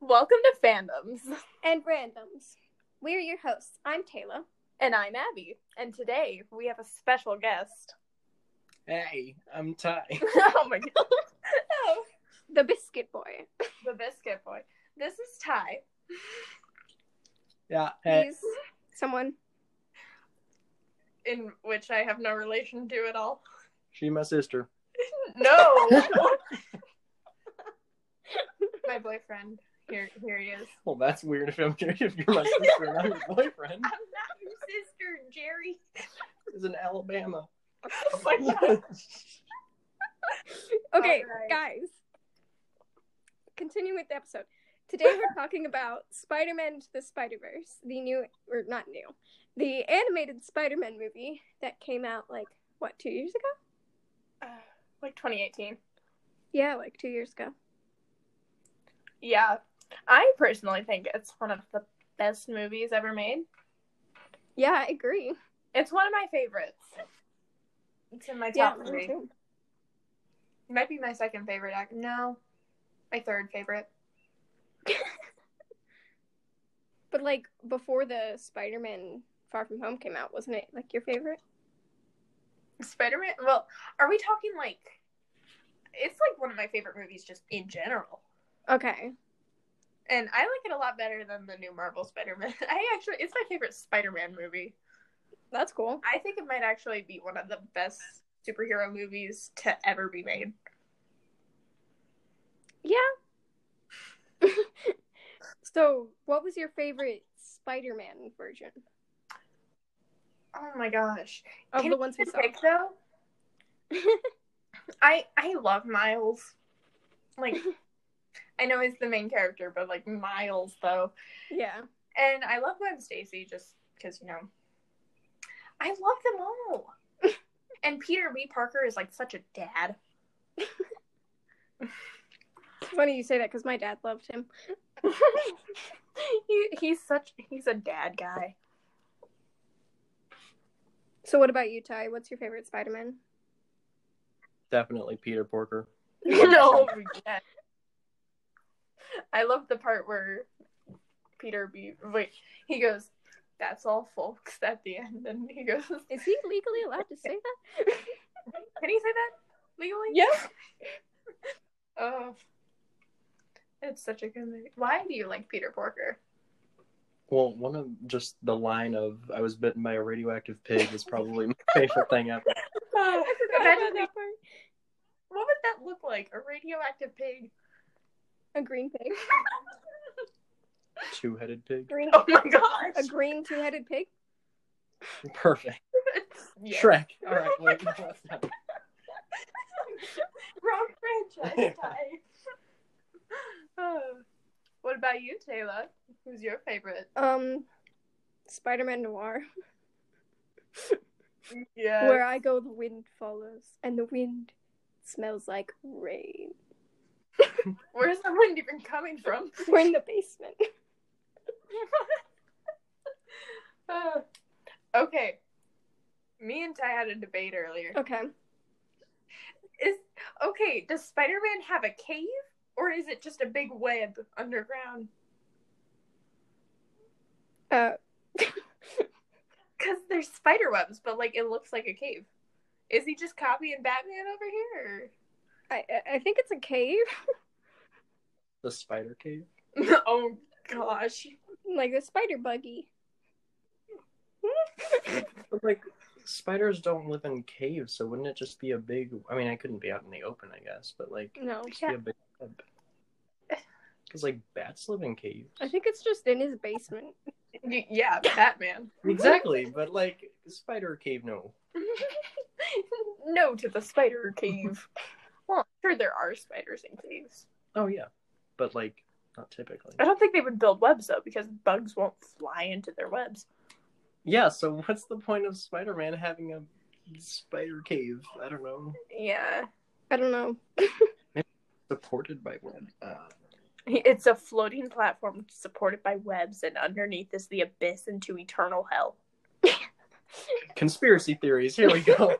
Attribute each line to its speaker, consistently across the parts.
Speaker 1: Welcome to Fandoms.
Speaker 2: and randoms. We're your hosts. I'm Taylor.
Speaker 1: And I'm Abby. And today we have a special guest.
Speaker 3: Hey, I'm Ty.
Speaker 1: oh my god.
Speaker 2: Oh, the biscuit boy.
Speaker 1: The biscuit boy. This is Ty.
Speaker 3: Yeah, hey,
Speaker 2: He's someone.
Speaker 1: In which I have no relation to at all.
Speaker 3: she my sister.
Speaker 1: No. my boyfriend. Here here he is.
Speaker 3: Well, that's weird if, I'm, if you're my sister and I'm your boyfriend.
Speaker 1: I'm not your sister, Jerry.
Speaker 3: It's in Alabama.
Speaker 1: Oh my god.
Speaker 2: Okay,
Speaker 1: Alright.
Speaker 2: guys. Continue with the episode. Today we're talking about Spider-Man Into the Spider-Verse, the new or not new, the animated Spider-Man movie that came out like what two years ago?
Speaker 1: Uh, like 2018.
Speaker 2: Yeah, like two years ago.
Speaker 1: Yeah. I personally think it's one of the best movies ever made.
Speaker 2: Yeah, I agree.
Speaker 1: It's one of my favorites. It's in my
Speaker 2: yeah,
Speaker 1: top
Speaker 2: me
Speaker 1: three.
Speaker 2: too.
Speaker 1: Might be my second favorite. Act- no, my third favorite.
Speaker 2: But like before the Spider-Man Far From Home came out, wasn't it like your favorite?
Speaker 1: Spider Man. Well, are we talking like? It's like one of my favorite movies just in general,
Speaker 2: Okay.
Speaker 1: and I like it a lot better than the new Marvel Spider Man. I actually, it's my favorite Spider Man movie.
Speaker 2: That's cool.
Speaker 1: I think it might actually be one of the best superhero movies to ever be made.
Speaker 2: Yeah. so, what was your favorite Spider-Man version
Speaker 1: Oh my gosh!
Speaker 2: of
Speaker 1: Can
Speaker 2: the
Speaker 1: you
Speaker 2: ones we
Speaker 1: even
Speaker 2: saw?
Speaker 1: pick, though? I I love Miles. Like, I know he's the main character, but like Miles though.
Speaker 2: Yeah.
Speaker 1: And I love Gwen Stacy just because, you know, I love them all. and Peter B. Parker is like such a dad.
Speaker 2: It's funny you say that because my dad loved him.
Speaker 1: he, he's such, he's a dad guy.
Speaker 2: So, what about you, Ty? What's your favorite Spider-Man?
Speaker 3: Definitely Peter Porker.
Speaker 1: no, yeah. I love the part where Peter B. Wait, he goes, that's all, folks, at the end. And he goes,
Speaker 2: Is he legally allowed to say that?
Speaker 1: can he say that legally?
Speaker 2: Yes.
Speaker 1: Oh. It's such a good movie. Why do you like Peter Porker?
Speaker 3: Well, one of just the line of "I was bitten by a radioactive pig" is probably my favorite thing ever.
Speaker 2: Uh, I forgot about
Speaker 1: Imagine
Speaker 2: that part.
Speaker 1: What would that look like? A radioactive pig?
Speaker 2: A green pig.
Speaker 3: Two-headed pig,
Speaker 2: Green.
Speaker 1: Oh my gosh!
Speaker 2: A green two-headed pig.
Speaker 3: perfect.
Speaker 1: Yes.
Speaker 3: Shrek. All right, wait, no, that's not-
Speaker 1: Wrong franchise. Ty. oh. What about you, Taylor? Who's your favorite?
Speaker 2: Um, Spider-Man Noir,
Speaker 1: Yeah.
Speaker 2: where I go, the wind follows, and the wind smells like rain.
Speaker 1: Where's the wind even coming from?
Speaker 2: We're in the basement.
Speaker 1: Uh, okay. Me and Ty had a debate earlier.
Speaker 2: Okay.
Speaker 1: Is okay? Does Spider-Man have a cave, or is it just a big web underground?
Speaker 2: Uh,
Speaker 1: Because there's spider webs, but like it looks like a cave. Is he just copying Batman over here?
Speaker 2: I I- I think it's a cave.
Speaker 3: the spider cave.
Speaker 1: or- oh gosh.
Speaker 2: like a spider buggy.
Speaker 3: But, like spiders don't live in caves, so wouldn't it just be a big? I mean, I couldn't be out in the open, I guess, but like
Speaker 2: No,
Speaker 3: just be a big because like bats live in caves.
Speaker 2: I think it's just in his basement.
Speaker 1: Y- yeah, Batman.
Speaker 3: Exactly, but like spider cave, no.
Speaker 1: no to the spider cave. well, I'm sure there are spiders in caves.
Speaker 3: Oh yeah, but like not typically.
Speaker 2: Uh,
Speaker 1: I don't think they would build webs though, because bugs won't fly into their webs.
Speaker 3: Yeah, so what's the point of Spider-Man having a spider cave? I don't know.
Speaker 1: Yeah,
Speaker 2: I don't know.
Speaker 3: Supported by one. Uh,
Speaker 1: it's a floating platform supported by webs, and underneath is the abyss into eternal hell.
Speaker 3: conspiracy theories. Here we go.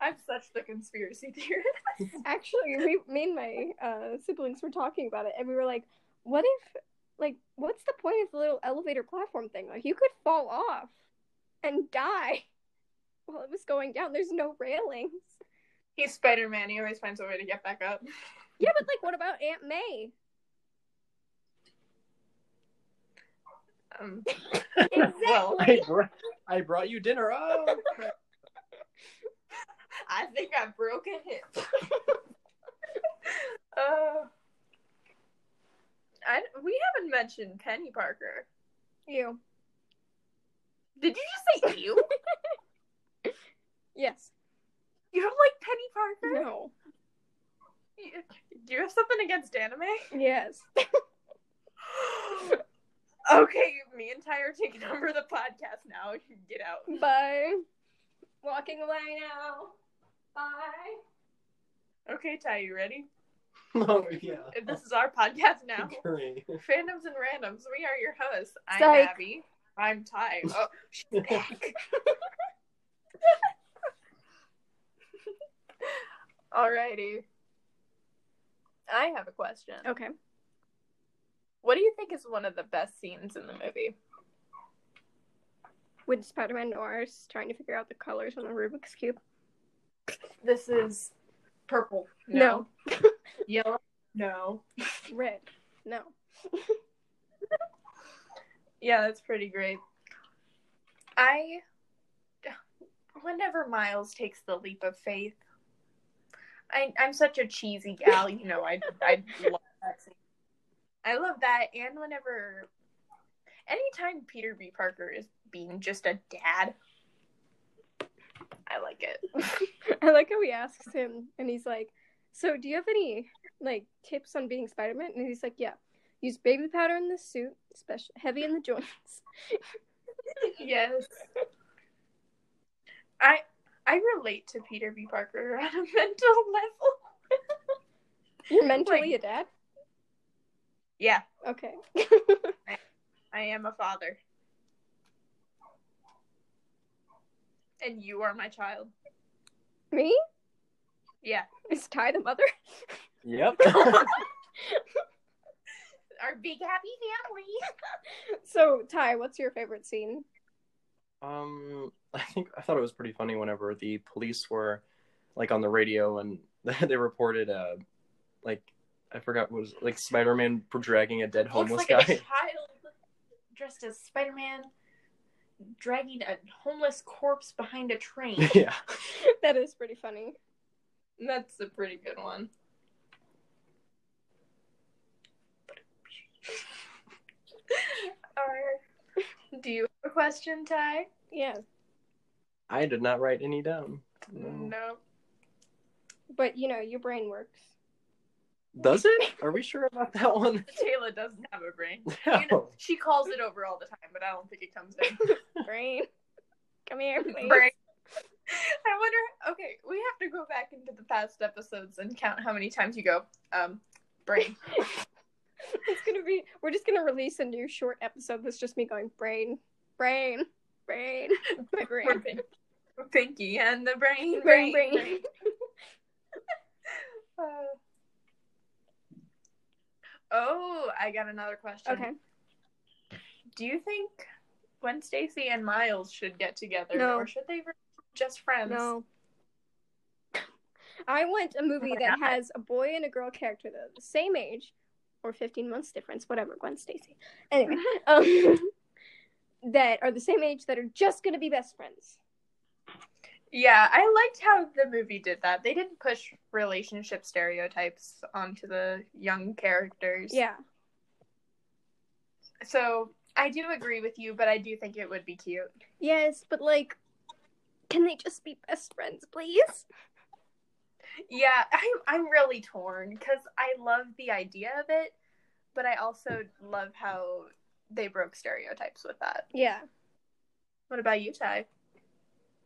Speaker 1: I'm such the conspiracy theorist.
Speaker 2: Actually, we, me and my uh, siblings were talking about it, and we were like, what if like what's the point of the little elevator platform thing? Like you could fall off and die while it was going down. There's no railings.
Speaker 1: He's Spider Man. He always finds a way to get back up.
Speaker 2: Yeah, but like what about Aunt May?
Speaker 1: Um,
Speaker 2: Exactly.
Speaker 1: Well,
Speaker 3: I, br- I brought you dinner. Oh, crap.
Speaker 1: I think I broke a hip. uh, I, we haven't mentioned Penny Parker.
Speaker 2: You.
Speaker 1: Did you just say you?
Speaker 2: Yes.
Speaker 1: you don't like Penny Parker?
Speaker 2: No.
Speaker 1: You- Do you have something against anime?
Speaker 2: Yes.
Speaker 1: okay, me and Ty are taking over the podcast now. You can get out.
Speaker 2: Bye. Walking away now. Bye.
Speaker 1: Okay, Ty, you ready?
Speaker 3: oh yeah.
Speaker 1: This is our podcast now.
Speaker 3: Great.
Speaker 1: Fandoms and randoms. We are your hosts. I'm
Speaker 2: Psych.
Speaker 1: Abby. I'm Ty. Oh, she's back. Alrighty. I have a question.
Speaker 2: Okay.
Speaker 1: What do you think is one of the best scenes in the movie?
Speaker 2: When Spider Man Noir is trying to figure out the colors on the Rubik's Cube.
Speaker 1: This is purple.
Speaker 2: No.
Speaker 1: Yellow. No.
Speaker 2: Red. No.
Speaker 1: Yeah, that's pretty great. I. Whenever Miles takes the leap of faith, I, I'm such a cheesy gal. You know, I I love that scene. I love that, and whenever, anytime Peter B. Parker is being just a dad, I like it.
Speaker 2: I like how he asks him, and he's like, "So, do you have any like tips on being Spider Man?" And he's like, "Yeah, use baby powder in the suit, especially heavy in the joints."
Speaker 1: yes. I I relate to Peter B. Parker on a mental level.
Speaker 2: You're mentally a dad.
Speaker 1: Yeah,
Speaker 2: Okay.
Speaker 1: I am a father. And you are my child.
Speaker 2: Me
Speaker 1: Yeah.
Speaker 2: is Ty the mother.
Speaker 3: Yep.
Speaker 1: Our big happy family.
Speaker 2: So, Ty, what's your favorite scene?
Speaker 3: um, I think I thought it was pretty funny whenever the police were like on the radio and they reported uh like I forgot what was like Spider Man dragging a dead homeless
Speaker 1: Looks like
Speaker 3: guy.
Speaker 1: a child dressed as Spider Man dragging a homeless corpse behind a train.
Speaker 3: yeah.
Speaker 2: that is pretty funny.
Speaker 1: That's a pretty good one. Or- do you have a question, Ty?
Speaker 2: Yeah,
Speaker 3: I did not write any down. No.
Speaker 2: but you know your brain works.
Speaker 3: Does it? Are we sure about that one?
Speaker 1: Taylor doesn't have a brain. You know,
Speaker 3: No.
Speaker 1: she calls it over all the time, but I don't think it comes in.
Speaker 2: Brain, come here, please.
Speaker 1: Brain. I wonder. Okay, we have to go back into the past episodes and count how many times you go, um, brain.
Speaker 2: It's gonna be. We're just gonna release a new short episode that's just me going brain, brain, brain, my brain.
Speaker 1: Brain. Pinky and the brain,
Speaker 2: Brain,
Speaker 1: brain,
Speaker 2: brain.
Speaker 1: brain. Uh, oh, I got another question.
Speaker 2: Okay.
Speaker 1: Do you think Gwen Stacy and Miles should get together,
Speaker 2: No.
Speaker 1: or should they be just friends?
Speaker 2: No. I want a movie
Speaker 1: Why
Speaker 2: that
Speaker 1: not?
Speaker 2: has a boy and a girl character that are the same age or 15 months difference, whatever, Gwen Stacy. Anyway, um, that are the same age that are just going to be best friends.
Speaker 1: Yeah, I liked how the movie did that. They didn't push relationship stereotypes onto the young characters.
Speaker 2: Yeah.
Speaker 1: So I do agree with you, but I do think it would be cute.
Speaker 2: Yes, but like, can they just be best friends, please?
Speaker 1: Yeah, I'm I'm really torn because I love the idea of it, but I also love how they broke stereotypes with that.
Speaker 2: Yeah.
Speaker 1: What about you, Ty?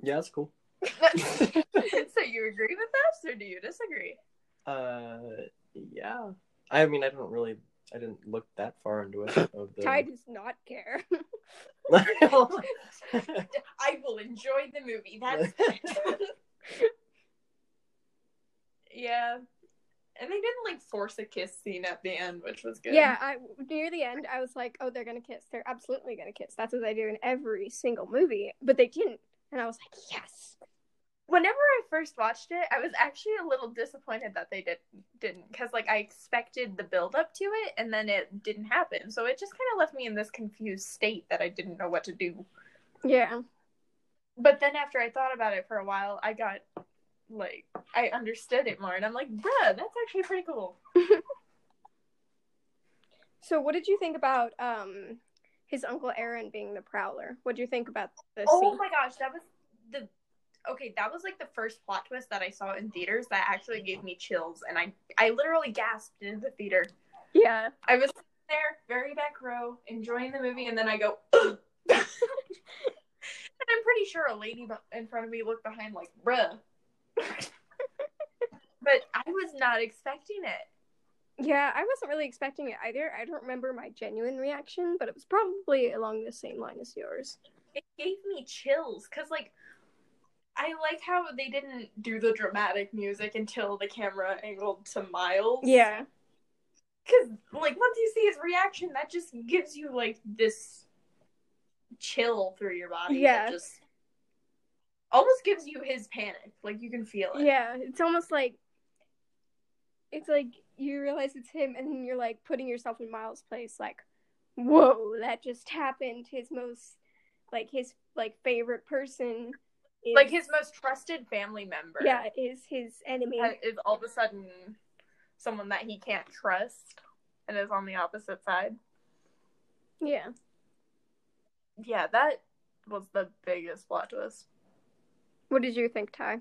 Speaker 3: Yeah, that's cool.
Speaker 1: so you agree with us or do you disagree?
Speaker 3: Uh, yeah. I mean, I don't really, I didn't look that far into it. Of the...
Speaker 2: Ty does not care.
Speaker 1: I will enjoy the movie. That's it. yeah. And they didn't like force a kiss scene at the end, which was good.
Speaker 2: Yeah, I, near the end, I was like, "Oh, they're gonna kiss. They're absolutely gonna kiss. That's what they do in every single movie." But they didn't, and I was like, "Yes."
Speaker 1: Whenever I first watched it, I was actually a little disappointed that they did didn't because like I expected the build up to it, and then it didn't happen. So it just kind of left me in this confused state that I didn't know what to do.
Speaker 2: Yeah,
Speaker 1: But then after I thought about it for a while, I got like I understood it more, and I'm like, "Bruh, that's actually pretty cool."
Speaker 2: So, what did you think about um his uncle Aaron being the Prowler? What did you think about this?
Speaker 1: Oh my gosh, that was the okay. That was like the first plot twist that I saw in theaters that actually gave me chills, and I I literally gasped in the theater.
Speaker 2: Yeah,
Speaker 1: I was sitting there, very back row, enjoying the movie, and then I go. "Ugh." and I'm pretty sure a lady be- in front of me looked behind like, "Bruh," but I was not expecting it.
Speaker 2: yeah. I wasn't really expecting it either. I don't remember my genuine reaction, but it was probably along the same line as yours.
Speaker 1: it gave me chills because like i like how they didn't do the dramatic music until the camera angled to miles
Speaker 2: Yeah,
Speaker 1: because like once you see his reaction that just gives you like this chill through your body that
Speaker 2: Yeah.
Speaker 1: just almost gives you his panic like you can feel it
Speaker 2: yeah. It's almost like it's like you realize it's him, and then you're like putting yourself in Miles' place. Like, whoa, that just happened. His most like his like favorite person, is,
Speaker 1: like his most trusted family member
Speaker 2: yeah is his enemy.
Speaker 1: that is all of a sudden someone that he can't trust and is on the opposite side
Speaker 2: yeah.
Speaker 1: yeah, that was the biggest plot twist.
Speaker 2: What did you think, Ty?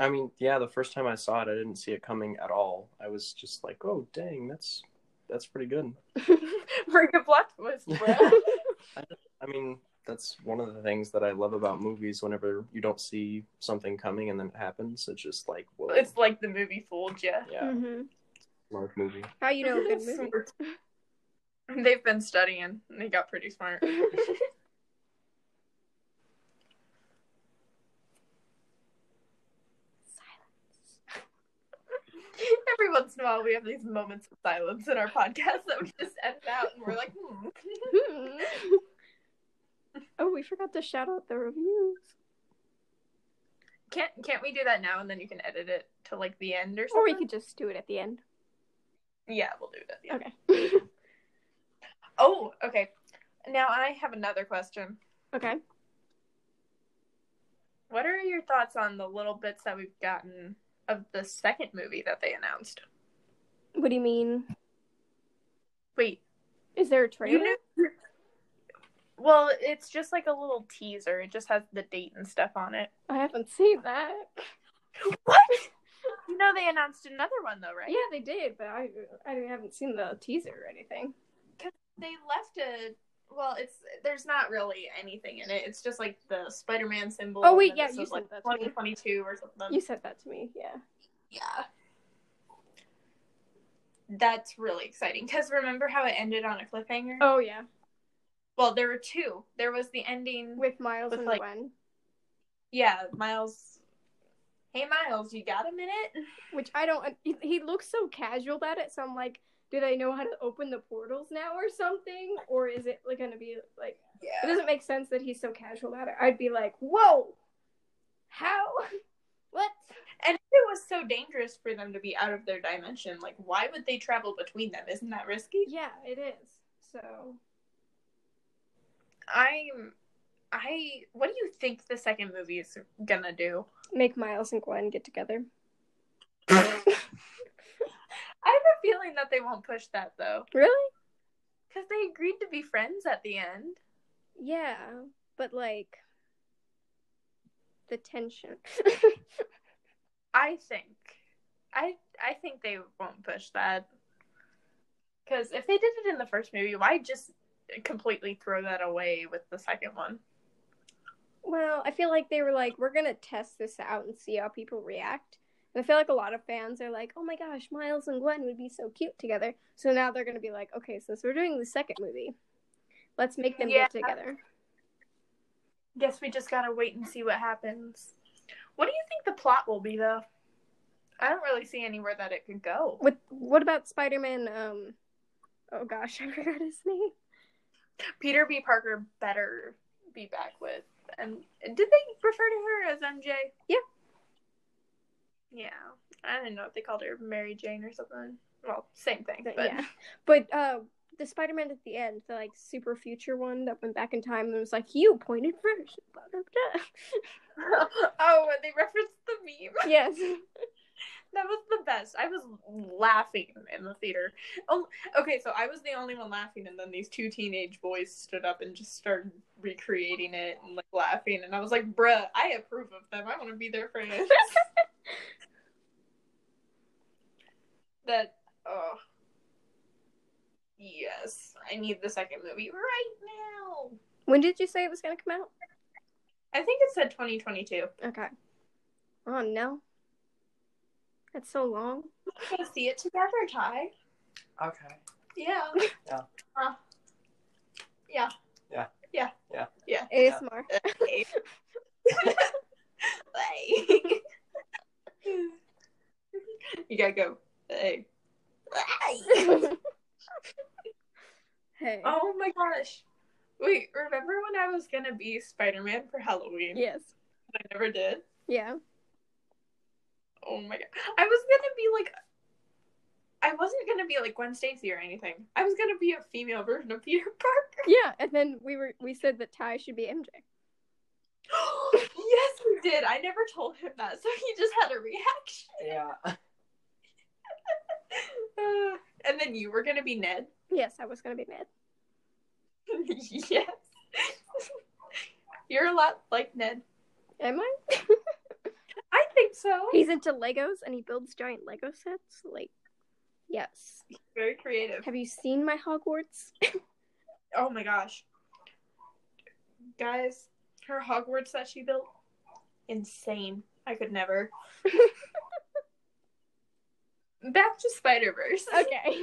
Speaker 3: I mean, yeah, the first time I saw it, I didn't see it coming at all. I was just like, "Oh, dang, that's that's pretty good."
Speaker 1: Very good plot twist, bro.
Speaker 3: I mean, that's one of the things that I love about movies. Whenever you don't see something coming and then it happens, it's just like, "Whoa,
Speaker 1: it's like the movie fooled you.
Speaker 3: yeah,
Speaker 2: hmm
Speaker 3: smart movie."
Speaker 2: How you know a good movie?
Speaker 1: They've been studying. and They got pretty smart. Every once in a while, we have these moments of silence in our podcast that we just edit out, and we're like, hmm.
Speaker 2: oh, we forgot to shout out the reviews.
Speaker 1: can't can't we do that now? And then you can edit it to like the end or something.
Speaker 2: Or we could just do it at the end.
Speaker 1: Yeah, we'll do it at the end.
Speaker 2: Okay.
Speaker 1: Oh, okay. Now I have another question.
Speaker 2: Okay.
Speaker 1: What are your thoughts on the little bits that we've gotten of the second movie that they announced?
Speaker 2: What do you mean?
Speaker 1: Wait,
Speaker 2: Is there a trailer?
Speaker 1: you knew? Well, it's just like a little teaser. It just has the date and stuff on it.
Speaker 2: I haven't seen that.
Speaker 1: What? you know they announced another one though, right?
Speaker 2: Yeah, they did, but I I haven't seen the teaser or anything.
Speaker 1: They left a. Well, it's there's not really anything in it. It's just like the Spider-Man symbol.
Speaker 2: Oh, wait,
Speaker 1: and then
Speaker 2: yeah,
Speaker 1: it
Speaker 2: you
Speaker 1: says, like
Speaker 2: sent that to me.
Speaker 1: 2022 or something.
Speaker 2: You said that to me. Yeah.
Speaker 1: Yeah. That's really exciting because remember how it ended on a cliffhanger?
Speaker 2: Oh yeah,
Speaker 1: Well, there were two. There was the ending with
Speaker 2: with Miles
Speaker 1: With,
Speaker 2: and
Speaker 1: like-
Speaker 2: Gwen,
Speaker 1: yeah, Miles. Hey, Miles, you got a minute?
Speaker 2: which I don't. He, he looks so casual about it, so I'm like, do they know how to open the portals now or something, or is it like gonna be like? It
Speaker 1: Yeah.
Speaker 2: doesn't make sense that he's so casual about it. I'd be like, whoa, how? What?
Speaker 1: And if it was so dangerous for them to be out of their dimension. Like, why would they travel between them? Isn't that risky?
Speaker 2: Yeah, it is. So
Speaker 1: I'm. I. What do you think the second movie is gonna do?
Speaker 2: make Miles and Gwen get together.
Speaker 1: I have a feeling that they won't push that though,
Speaker 2: Really?
Speaker 1: because they agreed to be friends at the end.
Speaker 2: Yeah, but like the tension.
Speaker 1: I think, I I think they won't push that. Because if they did it in the first movie, why just completely throw that away with the second one?
Speaker 2: well, I feel like they were like, we're gonna test this out and see how people react. And I feel like a lot of fans are like, oh my gosh, Miles and Gwen would be so cute together. So now they're gonna be like, okay, since we're doing the second movie, let's make them
Speaker 1: Yeah.
Speaker 2: get together.
Speaker 1: Guess we just gotta wait and see what happens. What do you think the plot will be, though? I don't really see anywhere that it could go.
Speaker 2: With what about Spider Man? Um, oh gosh, I forgot his name.
Speaker 1: Peter B. Parker better be back with. And did they refer to her as MJ?
Speaker 2: Yeah.
Speaker 1: Yeah. I don't know if they called her Mary Jane or something. Well, same thing.
Speaker 2: But,
Speaker 1: But
Speaker 2: Yeah, but uh, the Spider Man at the end, the like super future one that went back in time and was like, "You pointed first. Blah, blah, blah.
Speaker 1: oh, and they referenced the meme.
Speaker 2: yes,
Speaker 1: That was the best. I was laughing in the theater. Oh, okay, so I was the only one laughing, and then these two teenage boys stood up and just started recreating it and like laughing, and I was like, "Bruh, I approve of them. I want to be their friend." that oh, yes, I need the second movie right now.
Speaker 2: when did you say it was gonna come out?
Speaker 1: I think it said 2022.
Speaker 2: Okay. Oh no, that's so long.
Speaker 1: We're gonna see it together, Ty.
Speaker 3: Okay.
Speaker 1: Yeah.
Speaker 3: Yeah.
Speaker 1: Uh, yeah.
Speaker 3: Yeah.
Speaker 1: Yeah.
Speaker 3: Yeah.
Speaker 1: Yeah.
Speaker 2: ASMR.
Speaker 1: Okay. you gotta go. Hey.
Speaker 2: hey.
Speaker 1: oh my gosh. Wait, remember when I was gonna be Spider Man for Halloween?
Speaker 2: Yes.
Speaker 1: I never did.
Speaker 2: Yeah.
Speaker 1: Oh my god. I was gonna be like I wasn't gonna be like Gwen Stacy or anything. I was gonna be a female version of Peter Parker.
Speaker 2: Yeah. And then we were we said that Ty should be MJ.
Speaker 1: yes, we did. I never told him that, so he just had a reaction.
Speaker 3: Yeah.
Speaker 1: Uh, and then you were gonna be Ned.
Speaker 2: Yes, I was gonna be mad.
Speaker 1: yes. You're a lot like Ned.
Speaker 2: Am I?
Speaker 1: I think so.
Speaker 2: He's into Legos and he builds giant Lego sets. Like, yes.
Speaker 1: very creative.
Speaker 2: Have you seen my Hogwarts?
Speaker 1: Oh my gosh. Guys, her Hogwarts that she built, insane. I could never. Back to Spider Verse.
Speaker 2: Okay.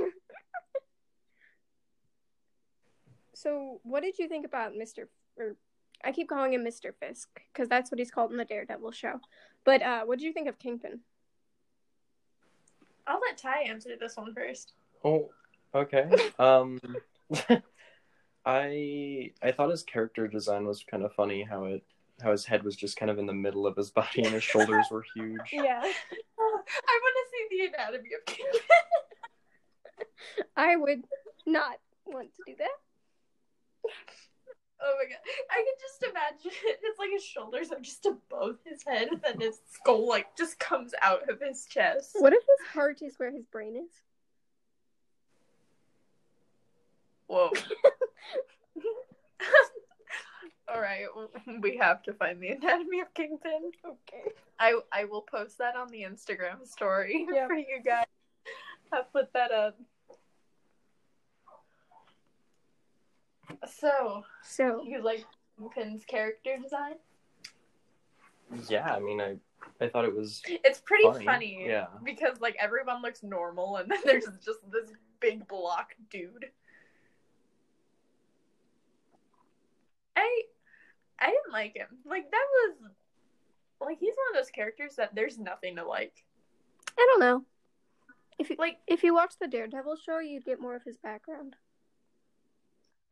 Speaker 2: so, what did you think about Mr. Or, I keep calling him Mr. Fisk because that's what he's called in the Daredevil show. But uh, what did you think of Kingpin?
Speaker 1: I'll let Ty answer this one first.
Speaker 3: Oh, okay. Um, I I thought his character design was kind of funny. How it how his head was just kind of in the middle of his body and his shoulders were huge.
Speaker 2: Yeah,
Speaker 1: I want to see the anatomy of King.
Speaker 2: I would not want to do that.
Speaker 1: oh my god. I can just imagine it. It's like his shoulders are just above his head and then his skull like just comes out of his chest.
Speaker 2: What if his heart is where his brain is?
Speaker 1: Whoa. All right, w- we have to find the anatomy of Kingpin.
Speaker 2: Okay.
Speaker 1: I I will post that on the Instagram story
Speaker 2: Yeah.
Speaker 1: for you guys. I'll put that up. So
Speaker 2: So,
Speaker 1: you like Kingpin's character design?
Speaker 3: Yeah, I mean, I I thought it was
Speaker 1: It's pretty funny,
Speaker 3: Funny, yeah.
Speaker 1: because like everyone looks normal, and then there's just this big block dude. I I didn't like him. Like that was like he's one of those characters that there's nothing to like.
Speaker 2: I don't know. If you,
Speaker 1: Like
Speaker 2: if you watch the Daredevil show, you'd get more of his background.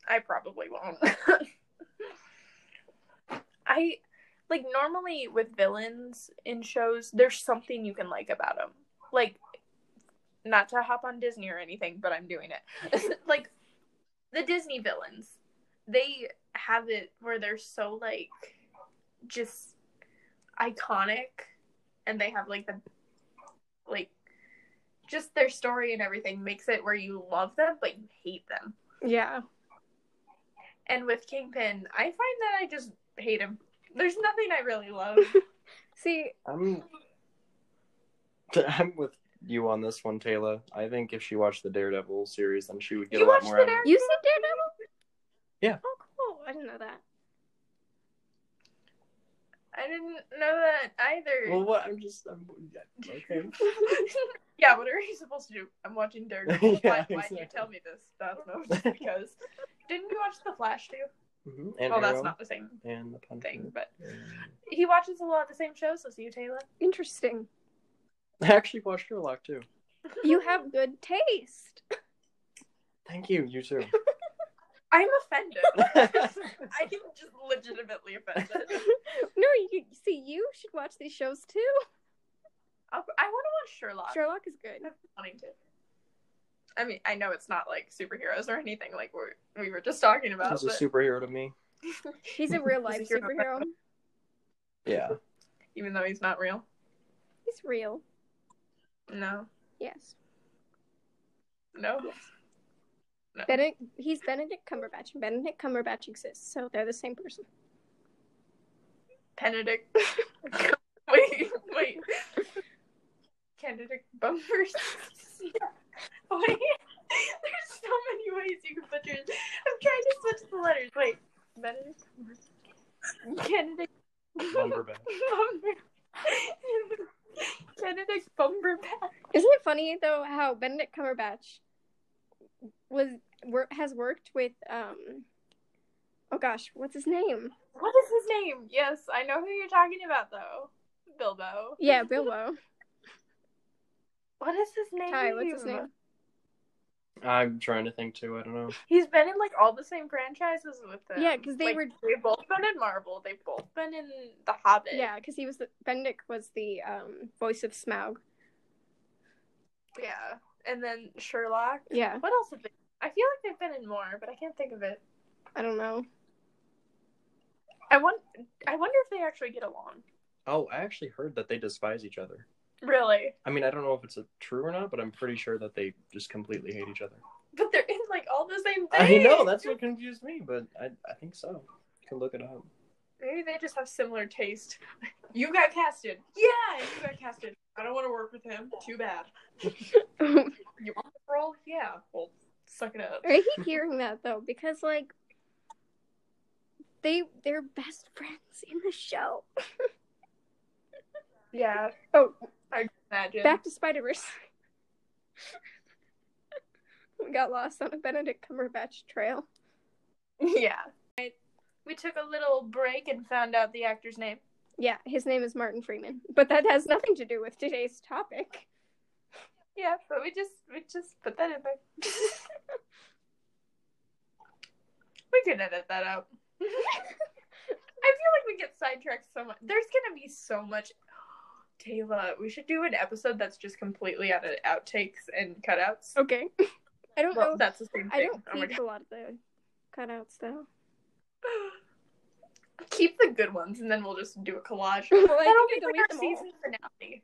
Speaker 1: I probably won't. I like normally with villains in shows, there's something you can like about them. Like, not to hop on Disney or anything, but I'm doing it. like, the Disney villains, they have it where they're so like just iconic, and they have like the like just their story and everything makes it where you love them but you hate them.
Speaker 2: Yeah.
Speaker 1: And with Kingpin, I find that I just hate him. There's nothing I really love.
Speaker 2: See,
Speaker 3: I'm I'm with you on this one, Taylor. I think if she watched the Daredevil series, then she would get
Speaker 1: You
Speaker 3: a lot
Speaker 1: watched
Speaker 3: more
Speaker 1: the
Speaker 3: out of it.
Speaker 2: you said Daredevil?
Speaker 3: Yeah.
Speaker 2: Oh, cool. I didn't know that.
Speaker 1: I didn't know that either.
Speaker 3: Well, what? I'm just I'm, yeah, okay.
Speaker 1: yeah, what are you supposed to do? I'm watching Daredevil.
Speaker 3: Yeah,
Speaker 1: why why'd you
Speaker 3: exactly.
Speaker 1: tell me this? I don't know, just because. Didn't you watch The Flash too?
Speaker 3: hmm And
Speaker 1: well, Oh, that's
Speaker 3: Arrow Mm-hmm.
Speaker 1: not the same
Speaker 3: and the Punisher.
Speaker 1: thing, but
Speaker 3: and-
Speaker 1: he watches a lot of the same shows as you, Taylor.
Speaker 2: Interesting.
Speaker 3: I actually watched Sherlock too.
Speaker 2: You have good taste.
Speaker 3: Thank you. You too.
Speaker 1: I'm offended. I am just legitimately offended.
Speaker 2: No, you see, you should watch these shows too.
Speaker 1: I'll, I want to watch Sherlock.
Speaker 2: Sherlock is good.
Speaker 1: I've been wanting to. I mean, I know it's not like superheroes or anything like we we were just talking about.
Speaker 3: He's a
Speaker 1: But
Speaker 3: superhero to me.
Speaker 2: He's a real life
Speaker 1: He's a hero.
Speaker 2: superhero.
Speaker 3: Yeah.
Speaker 1: even though he's not real,
Speaker 2: He's real.
Speaker 1: no,
Speaker 2: Yes.
Speaker 1: no.
Speaker 2: Benedict, he's Benedict Cumberbatch, and Benedict Cumberbatch exists, so they're the same person.
Speaker 1: Benedict. wait, wait. Benedict Bumpers. wait. There's so many ways you can put your. I'm trying to switch the letters. Wait. Benedict Cumberbatch. Benedict
Speaker 3: Lumberback.
Speaker 1: Bumber. Benedict Bumberbatch.
Speaker 2: Isn't it funny though how Benedict Cumberbatch was wor- has worked with um oh gosh, what's his name?
Speaker 1: What is his name? Yes, I know who you're talking about though. Bilbo.
Speaker 2: Yeah, Bilbo.
Speaker 1: What is his name?
Speaker 2: Ty, what's his name?
Speaker 3: I'm trying to think too. I don't know.
Speaker 1: He's been in like all the same franchises with them.
Speaker 2: Yeah, 'cause they
Speaker 1: Like,
Speaker 2: were-
Speaker 1: they've both been in Marvel. They've both been in The Hobbit.
Speaker 2: Yeah, because he was the Benedict was the um voice of Smaug.
Speaker 1: yeah. And then Sherlock.
Speaker 2: Yeah,
Speaker 1: What else have they? I feel like they've been in more, but I can't think of it.
Speaker 2: I don't know.
Speaker 1: I want. I wonder if they actually get along.
Speaker 3: Oh, I actually heard that they despise each other.
Speaker 1: Really,
Speaker 3: I mean, I don't know if it's uh true or not, but I'm pretty sure that they just completely hate each other.
Speaker 1: but they're in like all the same things.
Speaker 3: I Uh, know that's what confused me, but I I think so. You can look it up.
Speaker 1: Maybe they just have similar taste. You got casted. Yeah, you got casted. I don't want to work with him. Too bad.
Speaker 2: Are
Speaker 1: You want the role? Yeah. Well, suck it up.
Speaker 2: you hearing that though? Because like they they're best friends in the show.
Speaker 1: Yeah.
Speaker 2: Oh.
Speaker 1: I imagine.
Speaker 2: Back to Spider Verse. we got lost on a Benedict Cumberbatch trail.
Speaker 1: Yeah. We took a little break and found out the actor's name.
Speaker 2: Yeah, his name is Martin Freeman, but that has nothing to do with today's topic.
Speaker 1: Yeah, but we just we just put that in there. we can edit that out. I feel like we get sidetracked so much. There's gonna be so much. Taylor, we should do an episode that's just completely out of outtakes and cutouts.
Speaker 2: Okay. I don't
Speaker 1: Well,
Speaker 2: know.
Speaker 1: that's the same thing.
Speaker 2: Oh, I don't
Speaker 1: oh my
Speaker 2: keep a lot of the cutouts though.
Speaker 1: God. Keep the good ones, and then we'll just do a collage.
Speaker 2: Well,
Speaker 1: That'll
Speaker 2: I
Speaker 1: be
Speaker 2: think I
Speaker 1: like
Speaker 2: delete
Speaker 1: our
Speaker 2: them all.
Speaker 1: season finale.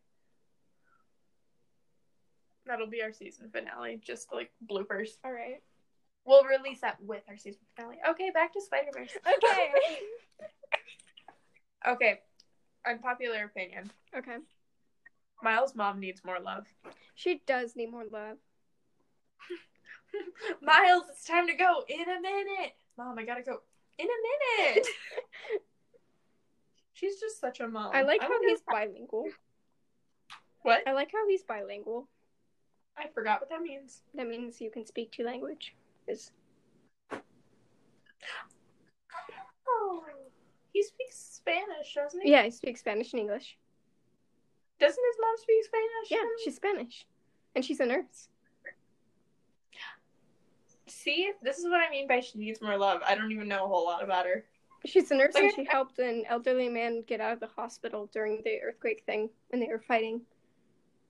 Speaker 1: That'll be our season finale, just like bloopers.
Speaker 2: All right.
Speaker 1: We'll release that with our season finale. Okay, back to Spider Verse.
Speaker 2: Okay.
Speaker 1: okay, unpopular opinion.
Speaker 2: okay.
Speaker 1: Miles' mom needs more love.
Speaker 2: She does need more love.
Speaker 1: Miles, it's time to go. In a minute, mom, I gotta go. In a minute. She's just such a mom.
Speaker 2: I like how
Speaker 1: wonder-
Speaker 2: he's bilingual.
Speaker 1: what?
Speaker 2: I like how he's bilingual.
Speaker 1: I forgot what that means.
Speaker 2: That means you can speak two language. Is
Speaker 1: Oh, he speaks Spanish, doesn't he?
Speaker 2: yeah, he speaks Spanish and English.
Speaker 1: Doesn't his mom speak Spanish?
Speaker 2: Yeah, she's Spanish, and she's a nurse.
Speaker 1: See, this is what I mean by she needs more love. I don't even know a whole lot about her.
Speaker 2: She's a nurse and
Speaker 1: Like-
Speaker 2: she helped an elderly man get out of the hospital during the earthquake thing when they were fighting.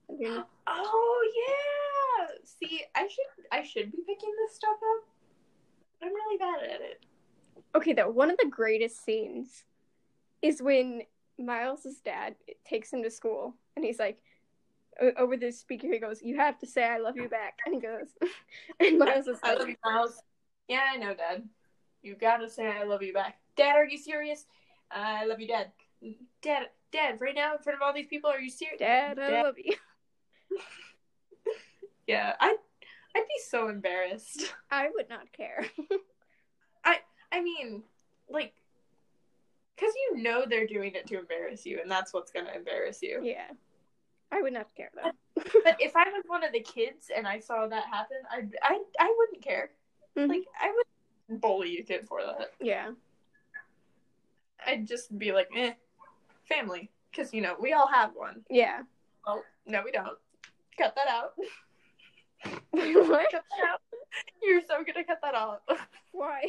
Speaker 2: I mean,
Speaker 1: Oh yeah. See, I should I should be picking this stuff up. I'm really bad at it.
Speaker 2: Okay, though, one of the greatest scenes is when Miles' dad takes him to school and he's like, o- over the speaker, he goes, You have to say I love you back. And he goes, and Miles is
Speaker 1: I love you,
Speaker 2: like,
Speaker 1: Miles. Yeah, I know, Dad. You gotta say I love you back. Dad, are you serious? I love you, Dad. Dad, Dad, right now in front of all these people, are you serious?
Speaker 2: Dad, I love you.
Speaker 1: Yeah, I, I'd be so embarrassed.
Speaker 2: I would not care.
Speaker 1: I mean, like, because you know they're doing it to embarrass you, and that's what's going to embarrass you.
Speaker 2: yeah. I would not care, though.
Speaker 1: But if I was one of the kids and I saw that happen, I I, I wouldn't care.
Speaker 2: Mhm.
Speaker 1: Like, I would bully a kid for that.
Speaker 2: Yeah.
Speaker 1: I'd just be like, eh, family. Because, you know, we all have one.
Speaker 2: Yeah.
Speaker 1: Oh no, we don't. Cut that out.
Speaker 2: what?
Speaker 1: Cut that out. You're so gonna cut that out.
Speaker 2: Why?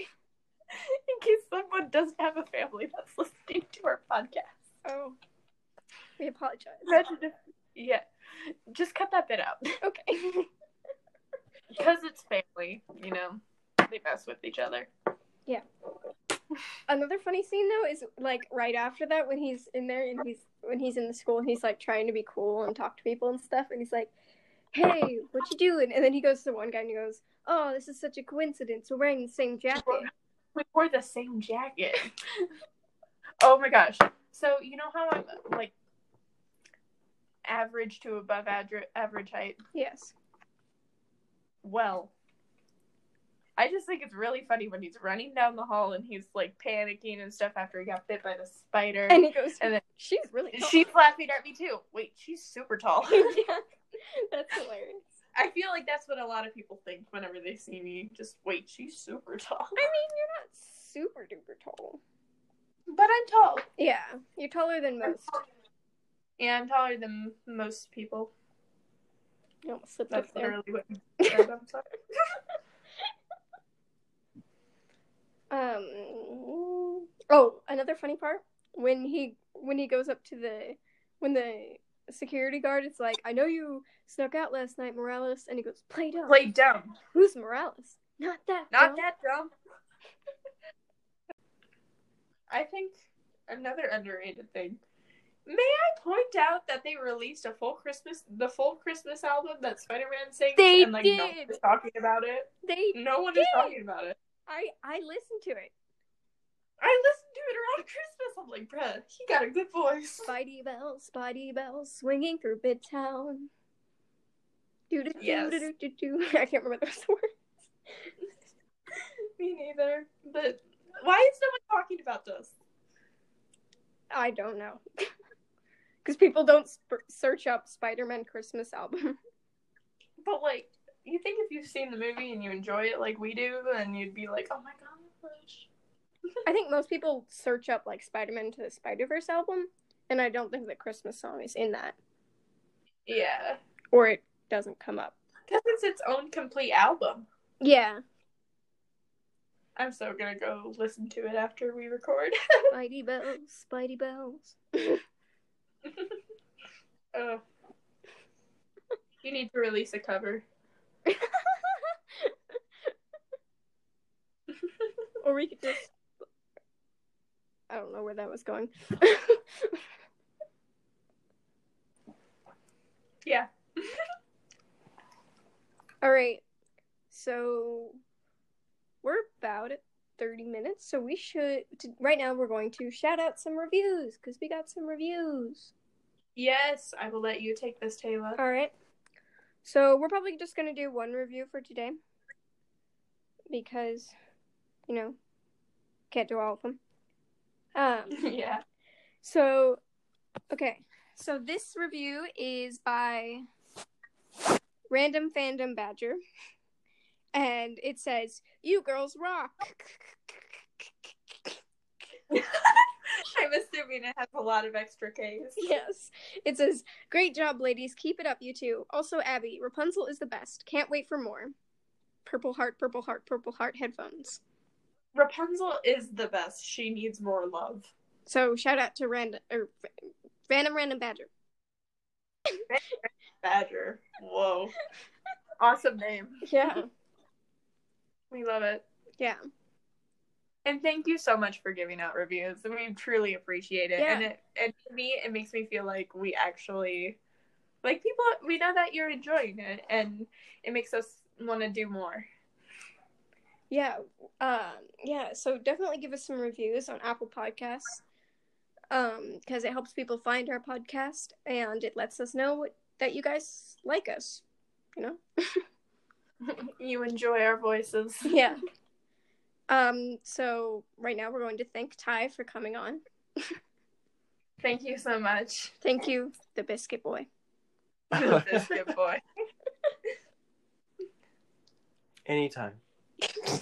Speaker 1: In case someone doesn't have a family that's listening to our podcast.
Speaker 2: Oh, we apologize.
Speaker 1: Imagine if, yeah, just cut that bit out
Speaker 2: Okay.
Speaker 1: because it's family. You know, they mess with each other.
Speaker 2: Another funny scene though is like right after that when he's in there and he's when he's in the school and he's like trying to be cool and talk to people and stuff and he's like, "Hey, what you doing?" And then he goes to one guy and he goes, "Oh, this is such a coincidence. We're wearing the same jacket."
Speaker 1: We wore the same jacket. oh my gosh! So you know how I'm like average to above average average height.
Speaker 2: Yes.
Speaker 1: well. I just think it's really funny when he's running down the hall and he's like panicking and stuff after he got bit by the spider.
Speaker 2: And he goes,
Speaker 1: And then-
Speaker 2: "She's really tall."
Speaker 1: she's laughing at me too. Wait, she's super tall.
Speaker 2: yeah, that's hilarious.
Speaker 1: I feel like that's what a lot of people think whenever they see me. Just wait, she's super tall.
Speaker 2: I mean, you're not super duper tall.
Speaker 1: But I'm tall.
Speaker 2: Yeah, you're taller than
Speaker 1: I'm
Speaker 2: most.
Speaker 1: taller. Yeah, I'm taller than m- most people.
Speaker 2: You almost slipped
Speaker 1: That's
Speaker 2: up there.
Speaker 1: literally what you said. I'm sorry.
Speaker 2: Um. Oh, another funny part when he when he goes up to the when the security guard it's like I know you snuck out last night, Morales, and he goes play dumb.
Speaker 1: Play dumb.
Speaker 2: Who's Morales? Not that.
Speaker 1: Not
Speaker 2: dumb."
Speaker 1: that dumb. I think another underrated thing. May I point out that they released a full Christmas, the full Christmas album that Spider Man sings,
Speaker 2: They
Speaker 1: and like no one
Speaker 2: did.
Speaker 1: is talking about it.
Speaker 2: They.
Speaker 1: No one is talking about it.
Speaker 2: I I listened to it.
Speaker 1: I listened to it around Christmas. I'm like, bruh, he got a good voice.
Speaker 2: Spidey bells, Spidey bells, swinging through Midtown. Do do do
Speaker 1: Yes.
Speaker 2: do do do. I can't remember the rest of the word.
Speaker 1: Me neither. But why is no one talking about this?
Speaker 2: I don't know. Because people don't sp- search up Spider Man Christmas album.
Speaker 1: But like, you think if you've seen the movie and you enjoy it like we do, then you'd be like, oh my gosh.
Speaker 2: I think most people search up like Spider Man to the Spider Verse album, and I don't think the Christmas song is in that,
Speaker 1: Yeah.
Speaker 2: or it doesn't come up.
Speaker 1: Because it's its own complete album.
Speaker 2: Yeah,
Speaker 1: I'm so gonna go listen to it after we record.
Speaker 2: Spidey bells, Spidey bells.
Speaker 1: Oh. You need to release a cover.
Speaker 2: Or we could just. I don't know where that was going.
Speaker 1: Yeah.
Speaker 2: All right, so we're about at 30 minutes, so we should. t- Right now, we're going to shout out some reviews because we got some reviews.
Speaker 1: Yes, I will let you take this, Taylor.
Speaker 2: All right. So we're probably just gonna do one review for today because, you know, can't do all of them. Um.
Speaker 1: yeah.
Speaker 2: So, okay. So this review is by Random Fandom Badger, and it says, "You girls rock."
Speaker 1: I'm assuming it has a lot of extra K's.
Speaker 2: Yes. It says, Great job, ladies. Keep it up, you two. Also, Abby, Rapunzel is the best. Can't wait for more. Purple heart, purple heart, purple heart headphones.
Speaker 1: Rapunzel is the best. She needs more love.
Speaker 2: So, shout out to random, or, random, random badger.
Speaker 1: Badger. Whoa. awesome name.
Speaker 2: Yeah.
Speaker 1: We love it.
Speaker 2: Yeah.
Speaker 1: And thank you so much for giving out reviews. We truly appreciate it.
Speaker 2: Yeah.
Speaker 1: And it and to me it makes me feel like we actually like people we know that you're enjoying it and it makes us want to do more.
Speaker 2: Yeah. Um, yeah. So, definitely give us some reviews on Apple Podcasts because it helps people find our podcast and it lets us know what, that you guys like us, you know?
Speaker 1: You enjoy our voices.
Speaker 2: Yeah. Um, so right now we're going to thank Ty for coming on.
Speaker 1: Thank you so much.
Speaker 2: Thank you, the biscuit boy.
Speaker 1: This good boy.
Speaker 3: Anytime.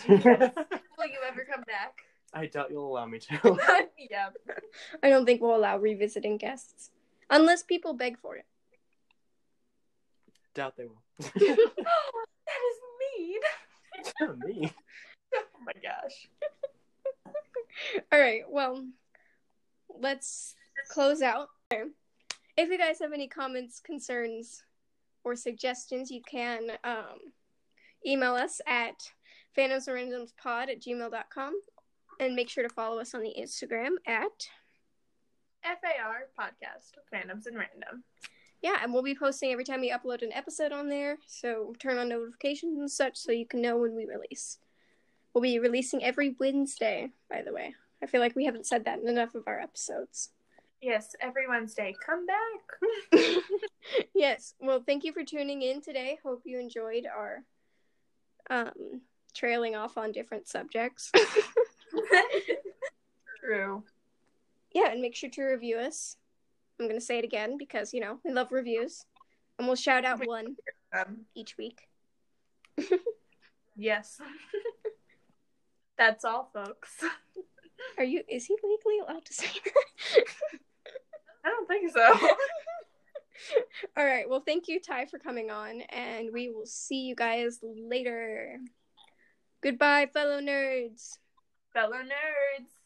Speaker 1: Will you ever come back?
Speaker 3: I doubt you'll allow me to.
Speaker 1: yeah.
Speaker 2: I don't think we'll allow revisiting guests. Unless people beg for it.
Speaker 3: doubt they will.
Speaker 1: that is mean.
Speaker 3: You're mean.
Speaker 1: Oh my gosh.
Speaker 2: All right. Well, let's close out. If you guys have any comments, concerns, or suggestions, you can um, email us at phantomsrandomspod at gmail.com and make sure to follow us on the Instagram at.
Speaker 1: FAR podcast, Phantoms and Random.
Speaker 2: Yeah, and we'll be posting every time we upload an episode on there, so turn on notifications and such so you can know when we release. We'll be releasing every Wednesday, by the way. I feel like we haven't said that in enough of our episodes.
Speaker 1: Yes, every Wednesday. Come back.
Speaker 2: yes, well, thank you for tuning in today. Hope you enjoyed our um, trailing off on different subjects.
Speaker 1: True.
Speaker 2: yeah, and make sure to review us. I'm going to say it again because, you know, we love reviews. And we'll shout out one
Speaker 1: Um,
Speaker 2: each week.
Speaker 1: yes. That's all, folks.
Speaker 2: Are you, is he legally allowed to say that?
Speaker 1: I don't think so.
Speaker 2: All right. Well, thank you, Ty, for coming on, and we will see you guys later. Goodbye, fellow nerds.
Speaker 1: Fellow nerds.